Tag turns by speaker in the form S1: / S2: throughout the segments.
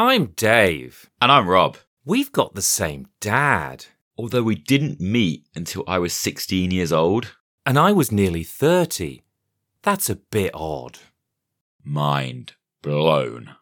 S1: I'm Dave.
S2: And I'm Rob.
S1: We've got the same dad.
S2: Although we didn't meet until I was 16 years old,
S1: And I was nearly 30. That's a bit odd.
S2: mind blown.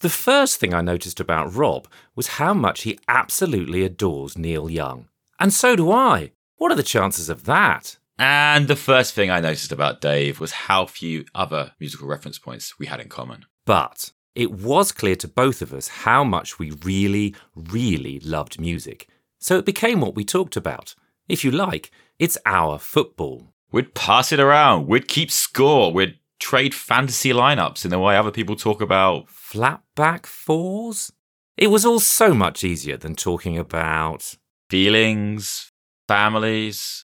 S1: The first thing I noticed about Rob was how much he absolutely adores Neil Young. And so do I. What are the chances of that?
S2: And the first thing I noticed about Dave was how few other musical reference points we had in common.
S1: But it was clear to both of us how much we really, really loved music. So it became what we talked about. If you like, it's our football.
S2: We'd pass it around, we'd keep score, we'd trade fantasy lineups in the way other people talk about.
S1: Flatback fours? It was all so much easier than talking about,
S2: feelings, families,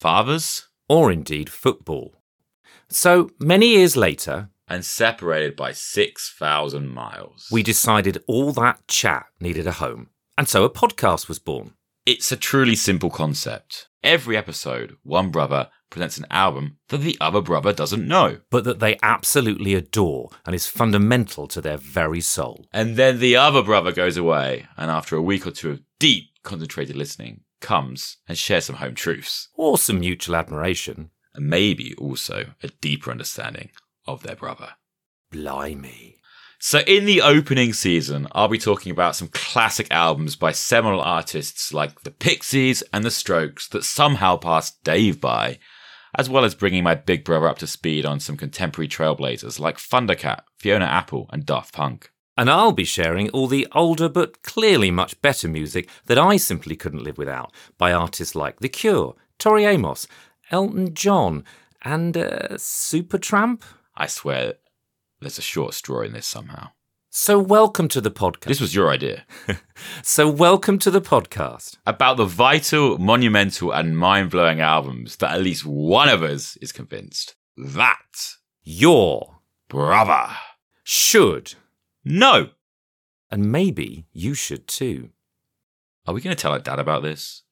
S2: fathers,
S1: or indeed football. So many years later,
S2: and separated by 6,000 miles.
S1: we decided all that chat needed a home. And so a podcast was born.
S2: It's a truly simple concept. Every episode, one brother presents an album that the other brother doesn't know.
S1: But that they absolutely adore and is fundamental to their very soul.
S2: And then the other brother goes away, and after a week or two of deep, concentrated listening, comes and shares some home truths,
S1: Or some mutual admiration.
S2: and maybe also a deeper understanding of their brother.
S1: Blimey.
S2: So, in the opening season, I'll be talking about some classic albums by seminal artists like the Pixies and the Strokes that somehow passed Dave by, as well as bringing my big brother up to speed on some contemporary trailblazers like Thundercat, Fiona Apple, and Daft Punk.
S1: And I'll be sharing all the older but clearly much better music that I simply couldn't live without by artists like The Cure, Tori Amos, Elton John, and uh, Supertramp.
S2: I swear, there's a short straw in this somehow.
S1: So welcome to the podcast.
S2: This was your idea.
S1: So welcome to the podcast.
S2: About the vital, monumental, and mind blowing albums that at least one of us is convinced that
S1: Your
S2: brother.
S1: should,
S2: No!
S1: and maybe you should too.
S2: Are we going to tell our dad about this?